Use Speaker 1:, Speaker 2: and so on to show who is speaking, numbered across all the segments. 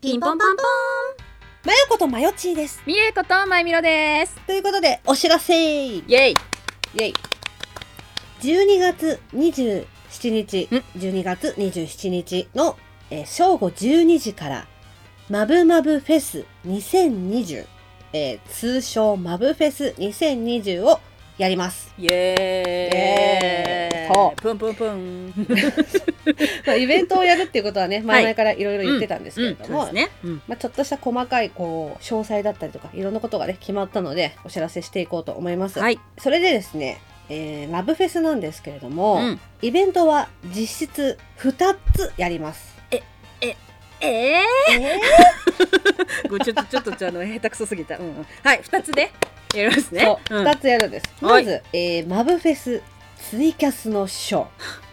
Speaker 1: ピンポンパンポン
Speaker 2: まよことまよちーです。
Speaker 3: みえことまゆみろです。
Speaker 2: ということで、お知らせ12
Speaker 3: イェイイェイ
Speaker 2: 月27日、
Speaker 3: ん
Speaker 2: 12月27日の、えー正午12時から、マブマブフェス2020、えー通称マブフェス2020をやります。
Speaker 3: イエ
Speaker 2: イエーイそう
Speaker 3: プンプンプン。
Speaker 2: まあ、イベントをやるっていうことはね、前々からいろいろ言ってたんですけれども、
Speaker 3: ね。うん。
Speaker 2: まあ、ちょっとした細かいこう詳細だったりとかいろんなことがね決まったのでお知らせしていこうと思います、
Speaker 3: はい。
Speaker 2: それでですね、えーラブフェスなんですけれども、
Speaker 3: うん。
Speaker 2: イベントは実質2つやります
Speaker 3: え
Speaker 2: え
Speaker 3: ー、ごちょっとちょっとちょっとあの下手くそすぎた。うんうん。はい、二つでやります
Speaker 2: ー
Speaker 3: ね
Speaker 2: そ。
Speaker 3: う。
Speaker 2: うん2つやるんです、
Speaker 3: は
Speaker 2: ま
Speaker 3: い
Speaker 2: ず、えーマブフェスツイキャスのショ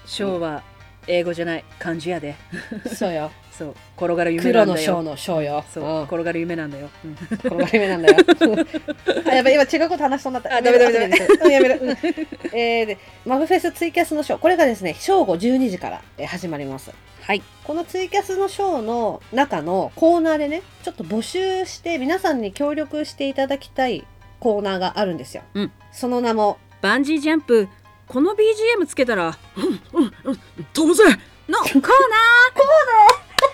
Speaker 3: 昭和英語じゃない漢字やで。
Speaker 2: ーそうよ
Speaker 3: そう転がる夢な
Speaker 2: 黒
Speaker 3: ん
Speaker 2: の
Speaker 3: だ
Speaker 2: ショー
Speaker 3: よ。
Speaker 2: のショーよ
Speaker 3: そううん転がる夢なんだよ。うん
Speaker 2: この夢なんだよ。 あやばい今違うこと話しそうになった。
Speaker 3: あダメダメダメ
Speaker 2: メ。やめろ。うんえーでマブフェスツイキャスのショーこれがですね正午12時からえー始まります。
Speaker 3: はい。
Speaker 2: このツイキャスのショーの中のコーナーでねちょっと募集して皆さんに協力していただきたいコーナーがあるんですよ。
Speaker 3: うん
Speaker 2: その名も
Speaker 3: バンジージャンプこの BGM つけたらうんうんうん飛ぶぜのコーナー コー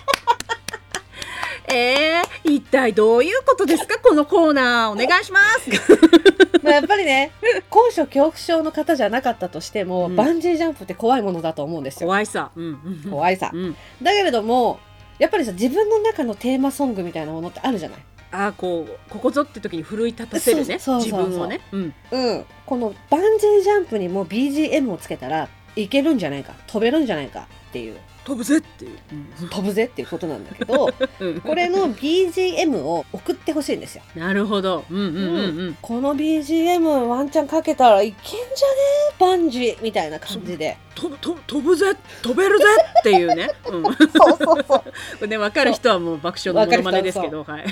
Speaker 3: ナーえー、一体どういうことですかこのコーナーお願いします
Speaker 2: まあやっぱり ね高所恐怖症の方じゃなかったとしても、
Speaker 3: うん
Speaker 2: バンジージャンプって怖いものだと思うんですよ。
Speaker 3: 怖いさうんうんうん
Speaker 2: 怖いさ
Speaker 3: う。ん
Speaker 2: だけれどもやっぱりさ自分の中のテーマソングみたいなものってあるじゃない。
Speaker 3: ああこうここぞって時に奮い立たせるね
Speaker 2: そうそうそうそう
Speaker 3: 自分をねうん
Speaker 2: うん、このバンジージャンプにも BGM をつけたらいけるんじゃないか飛べるんじゃないかっていう
Speaker 3: 飛ぶぜっていう、
Speaker 2: 飛ぶぜっていうことなんだけど
Speaker 3: うん
Speaker 2: これの BGM を送ってほしいんですよ
Speaker 3: なるほどうんうんうんうん
Speaker 2: この BGM ワンチャンかけたらいけんじゃねえバンジーみたいな感じで
Speaker 3: 飛ぶ飛ぶ飛ぶぜ飛べるぜっていうね、うん、こ
Speaker 2: そうそうそう
Speaker 3: れ ね分かる人はもう爆笑のモノマネですけどはい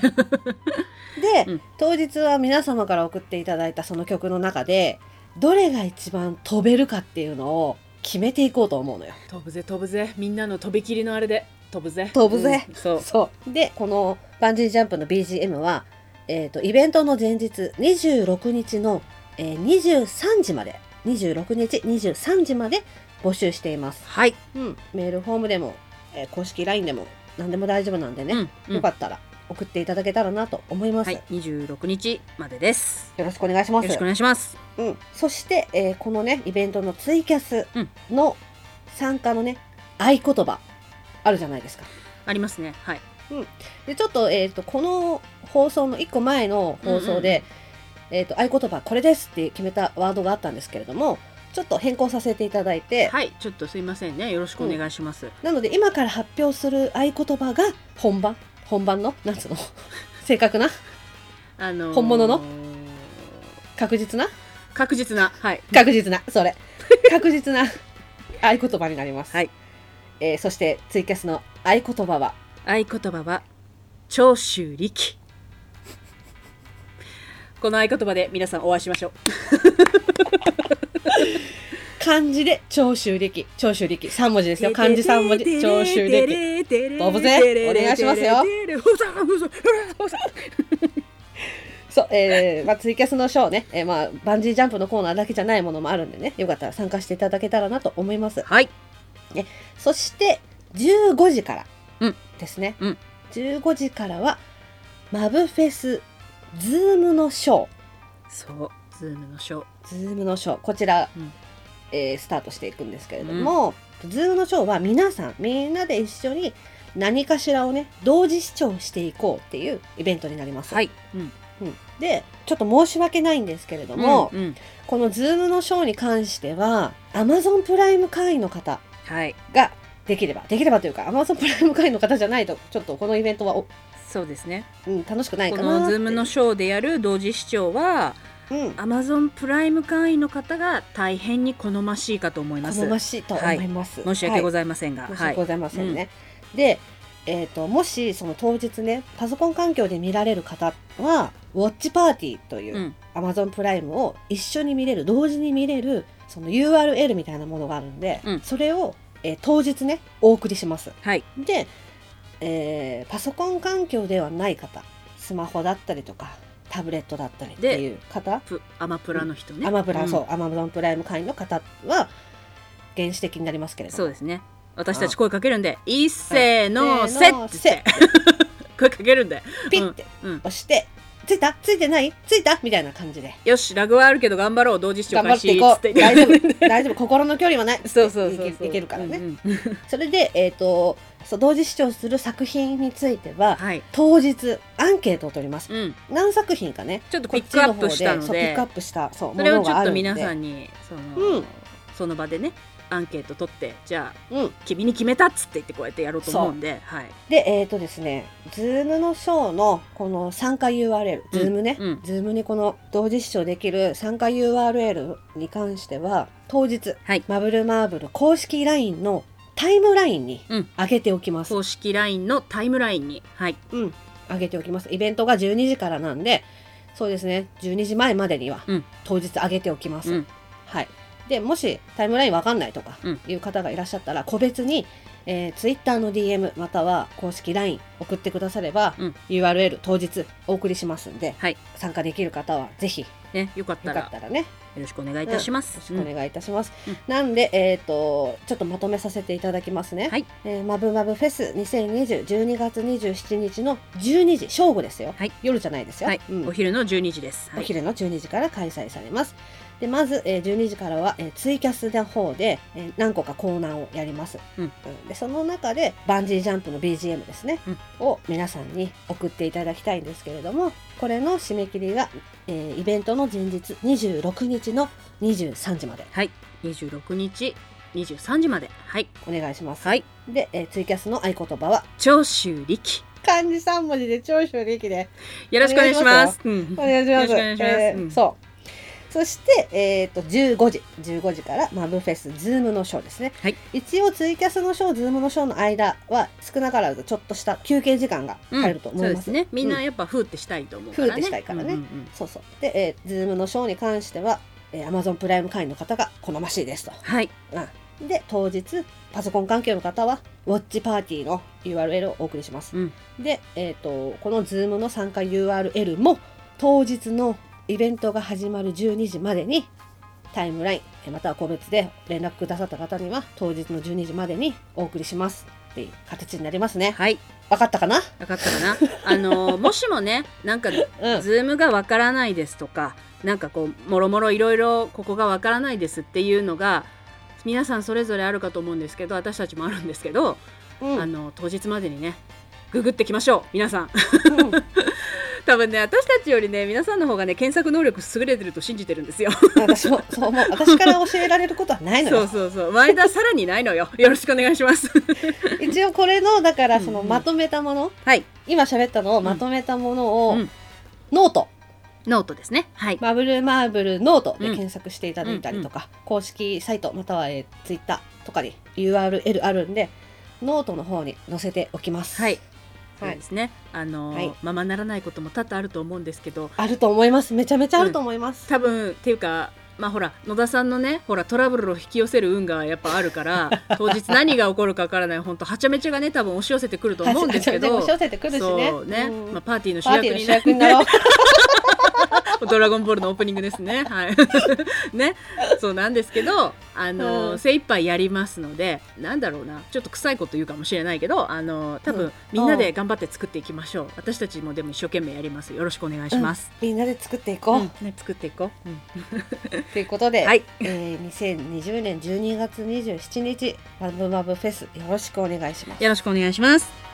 Speaker 2: で、
Speaker 3: うん
Speaker 2: 当日は皆様から送っていただいたその曲の中でどれが一番飛べるかっていうのを決めていこうと思うのよ
Speaker 3: 飛ぶぜ飛ぶぜみんなの飛び切りのあれで飛ぶぜ
Speaker 2: 飛ぶぜ
Speaker 3: うんそう
Speaker 2: そう。で、このバンジージャンプの BGM は、えっ、と、イベントの前日、26日の、えー23時まで、26日23時まで募集しています。
Speaker 3: はい
Speaker 2: うん。メールフォームでも、えー公式 LINE でも、何でも大丈夫なんでね、
Speaker 3: うん
Speaker 2: よかったら送っていただけたらなと思います。
Speaker 3: はい26日までです
Speaker 2: よろしくお願いし
Speaker 3: よ
Speaker 2: ま
Speaker 3: ろ
Speaker 2: す。
Speaker 3: しくお願いします
Speaker 2: うん、そして、えーこのねイベントのツイキャスの参加のね、合言葉あるじゃないですか。
Speaker 3: ありますねはい
Speaker 2: でちょっと,、えー、とこの放送の1個前の放送で、えー、と合言葉これですって決めたワードがあったんですけれどもちょっと変更させていただいて、
Speaker 3: はいちょっとすいませんねよろしくお願いします、
Speaker 2: なので今から発表する合言葉が本番本番のなんつうの 正確な
Speaker 3: あのー
Speaker 2: 本物の確実な
Speaker 3: 確実なはい
Speaker 2: 確実なそれ確実な合言葉になります、
Speaker 3: はい
Speaker 2: えーそしてツイキャスの合言葉は
Speaker 3: 合言葉は長州力この合言葉で皆さんお会いしましょう
Speaker 2: 漢字で長州力長州力3文字ですよ漢字3文字長州力飛ぶぜお願いしますよ
Speaker 3: ふざふざふざ
Speaker 2: そう、えー、まあ、ツイキャスのショーね、えー、まあ、バンジージャンプのコーナーだけじゃないものもあるんでね、よかったら参加していただけたらなと思います。
Speaker 3: はい
Speaker 2: そして、15時から
Speaker 3: うん
Speaker 2: ですね。
Speaker 3: うん
Speaker 2: 15時からは、マブフェス、ズームのショー、
Speaker 3: そうズームのショー
Speaker 2: ズームのショー、こちら、
Speaker 3: うん
Speaker 2: えースタートしていくんですけれども、ズームのショーは皆さん、みんなで一緒に何かしらをね、同時視聴していこうっていうイベントになります。
Speaker 3: はい、うん、
Speaker 2: うんで、ちょっと申し訳ないんですけれども、
Speaker 3: うんうん
Speaker 2: この Zoom のショーに関しては Amazon プライム会員の方
Speaker 3: はい
Speaker 2: ができればできればというか Amazon プライム会員の方じゃないとちょっとこのイベントはお、
Speaker 3: そうですね
Speaker 2: うん、楽しくない
Speaker 3: こ
Speaker 2: かな
Speaker 3: の
Speaker 2: って
Speaker 3: ズームのショーでやる同時視聴は
Speaker 2: うん、
Speaker 3: Amazon プライム会員の方が大変に好ましいかと思います
Speaker 2: 好ましいと思います、
Speaker 3: 申し訳ご
Speaker 2: ざい
Speaker 3: ざいませんが、
Speaker 2: ません、申
Speaker 3: は
Speaker 2: し訳ご
Speaker 3: い、、
Speaker 2: ざいませんね、で、えー、ともしその当日ねパソコン環境で見られる方はウォッチパーティーといううん Amazon プライムを一緒に見れる同時に見れるその URL みたいなものがあるんで、
Speaker 3: うん
Speaker 2: それを、えー当日ねお送りします
Speaker 3: はい、
Speaker 2: でえーパソコン環境ではない方スマホだったりとかタブレットだったりっていう方
Speaker 3: プアマプラの人ね。
Speaker 2: アマプラ、
Speaker 3: うん
Speaker 2: そうアマゾンプライム会員の方は原始的になりますけれども
Speaker 3: そうですね。私たち声かけるんで、いっせーの
Speaker 2: はい
Speaker 3: せっつって
Speaker 2: せ
Speaker 3: 声かけるんで、
Speaker 2: ピッて
Speaker 3: うん、
Speaker 2: 押して「ついたついてないついた?」みたいな感じで
Speaker 3: よしラグはあるけど頑張ろう同時視聴
Speaker 2: 頑張
Speaker 3: 開
Speaker 2: っ
Speaker 3: 始
Speaker 2: てい
Speaker 3: っ
Speaker 2: こ
Speaker 3: つっ
Speaker 2: う
Speaker 3: て
Speaker 2: 大丈夫大丈夫心の距離はない
Speaker 3: そうそうそう
Speaker 2: いけいけるからね、
Speaker 3: うんうん
Speaker 2: それで、えー、とそう同時視聴する作品については
Speaker 3: はい、
Speaker 2: 当日アンケートを取ります
Speaker 3: うん、
Speaker 2: 何作品かね
Speaker 3: ちょっとピ
Speaker 2: こっ
Speaker 3: ッ
Speaker 2: ち
Speaker 3: クア
Speaker 2: の
Speaker 3: ッ
Speaker 2: 方
Speaker 3: プ
Speaker 2: で
Speaker 3: したの
Speaker 2: そうピッ
Speaker 3: で
Speaker 2: クアップしたそう
Speaker 3: それを
Speaker 2: もの
Speaker 3: ちょ
Speaker 2: があ
Speaker 3: っ
Speaker 2: る
Speaker 3: と
Speaker 2: んで
Speaker 3: 皆さんにその,、
Speaker 2: うん
Speaker 3: その場でねアンケート取ってじゃあ
Speaker 2: うん、
Speaker 3: 君に決めたっつって言ってこうやってやろうと思うんで、はい、
Speaker 2: でえっ、とですね Zoom のショーのこの参加 URL
Speaker 3: うん
Speaker 2: Zoom ね、
Speaker 3: うん
Speaker 2: Zoom にこの同時視聴できる参加 URL に関しては当日
Speaker 3: はい、
Speaker 2: マブルマーブル公式 LINE のタイムラインに
Speaker 3: うん
Speaker 2: 上げておきます、
Speaker 3: 公式 LINE のタイムラインに、はい、
Speaker 2: うん、上げておきますイベントが12時からなんでそうですね12時前までには
Speaker 3: うん
Speaker 2: 当日上げておきます、
Speaker 3: うん
Speaker 2: はいでもしタイムラインわかんないとか
Speaker 3: うん
Speaker 2: いう方がいらっしゃったら個別に、えー、Twitter の DM または公式 LINE 送ってくだされば、
Speaker 3: うん
Speaker 2: URL 当日お送りしますんで、
Speaker 3: はい
Speaker 2: 参加できる方はぜひよ
Speaker 3: ね、よかったら
Speaker 2: かったらね
Speaker 3: よろしくお願いいたしま
Speaker 2: よろ
Speaker 3: す。
Speaker 2: しくお願いいたします。
Speaker 3: うん
Speaker 2: なんで、えっ、と、ちょっとまとめさせていただきますね。
Speaker 3: はい
Speaker 2: えーマブマブフェス2020、12月27日の12時、正午ですよ。
Speaker 3: はい
Speaker 2: 夜じゃないですよ。
Speaker 3: はい、
Speaker 2: うん
Speaker 3: お昼の12時です。は
Speaker 2: お
Speaker 3: い、
Speaker 2: 昼の12時から開催されます。でまず、えー12時からは、えーツイキャスの方で、えー何個かコーナーをやります、
Speaker 3: うん
Speaker 2: で。その中でバンジージャンプの BGM ですね、
Speaker 3: うん
Speaker 2: を皆さんに送っていただきたいんですけれどもこれの締め切りが、えーイベントの前日26日の23時まで
Speaker 3: はい、26日23時まで、はい、
Speaker 2: お願いします。
Speaker 3: はい、
Speaker 2: で、えーツイキャスの合言葉は
Speaker 3: 長州力、
Speaker 2: 漢字3文字で長所力で
Speaker 3: よろしくお願いします。うん
Speaker 2: お願いします。
Speaker 3: よろしくお願いします
Speaker 2: えー
Speaker 3: うん
Speaker 2: そう。そして、えっ、と、15時、15時からマブフェス、ズームのショーですね。
Speaker 3: はい
Speaker 2: 一応、ツイキャスのショー、ズームのショーの間は、少なからずちょっとした休憩時間が
Speaker 3: うん
Speaker 2: 入ると思います。
Speaker 3: そうですね。みん
Speaker 2: う
Speaker 3: なやっぱふーってしたいと思うからね。
Speaker 2: ふーってしたいからね
Speaker 3: うんうんうん
Speaker 2: そうそう。で、えー、ズームのショーに関しては、えー、Amazon プライム会員の方が好ましいですと。
Speaker 3: はい、
Speaker 2: うん、で当日パソコン関係の方はウォッチパーティーの URL をお送りします、
Speaker 3: うん
Speaker 2: で、えー、とこの Zoom の参加 URL も当日のイベントが始まる12時までにタイムラインえーまたは個別で連絡くださった方には当日の12時までにお送りしますっていう形になりますね
Speaker 3: はい、
Speaker 2: 分かったかな
Speaker 3: 分かったかな。 あのーもしもね、なんか
Speaker 2: うん
Speaker 3: ズームがわからないですとか、なんかこうもろもろいろいろここがわからないですっていうのが。皆さんそれぞれあるかと思うんですけど私たちもあるんですけど、
Speaker 2: うん
Speaker 3: あの当日までにねググってきましょう皆さん
Speaker 2: うん
Speaker 3: 多分ね私たちよりね皆さんの方がね検索能力優れてると信じてるんですよ
Speaker 2: 私もそう思う私から教えられることはないの
Speaker 3: そう
Speaker 2: よ
Speaker 3: そうそう前田さらにない のよよろしくお願いします
Speaker 2: 一応これのだからそ
Speaker 3: うん
Speaker 2: の
Speaker 3: うん
Speaker 2: まとめたもの、
Speaker 3: はい
Speaker 2: 今喋ったのをまとめたものを、
Speaker 3: うんうん
Speaker 2: ノート
Speaker 3: ノートですねはい
Speaker 2: マブルマーブルノートで
Speaker 3: うん
Speaker 2: 検索していただいたりとか、公式サイトまたは、えー、ツイッターとかに URL あるんでノートの方に載せておきます、
Speaker 3: はい
Speaker 2: はい
Speaker 3: そうですねあの、
Speaker 2: はい
Speaker 3: ままならないことも多々あると思うんですけど
Speaker 2: あると思いますめちゃめちゃあると思います、
Speaker 3: 多分っていうかまあほら野田さんのねほらトラブルを引き寄せる運がやっぱあるから 当日何が起こるかわからない本当はちゃめちゃがね多分押し寄せてくると
Speaker 2: は
Speaker 3: 思うんですけど
Speaker 2: 押し寄せてくるしね
Speaker 3: そうね、
Speaker 2: うん
Speaker 3: まあ、パーティーの主
Speaker 2: パー
Speaker 3: 役
Speaker 2: ティーの
Speaker 3: に
Speaker 2: 主
Speaker 3: な
Speaker 2: 役になろう
Speaker 3: ドラゴンボールのオープニングですね。はい。 ね。そうなんですけど、あの、
Speaker 2: うん
Speaker 3: 精一杯やりますので、なんだろうな、ちょっと臭いこと言うかもしれないけど、あの、多分、
Speaker 2: うん
Speaker 3: みんなで頑張って作っていきましょう。私たちもでも一生懸命やります。よろしくお願いします。
Speaker 2: みんなで作っていこう、
Speaker 3: うんね、作っていこう。
Speaker 2: ということで、
Speaker 3: はい。
Speaker 2: えー、2020年12月27日マブマブフェスよろしくお願いします
Speaker 3: よろしくお願いします。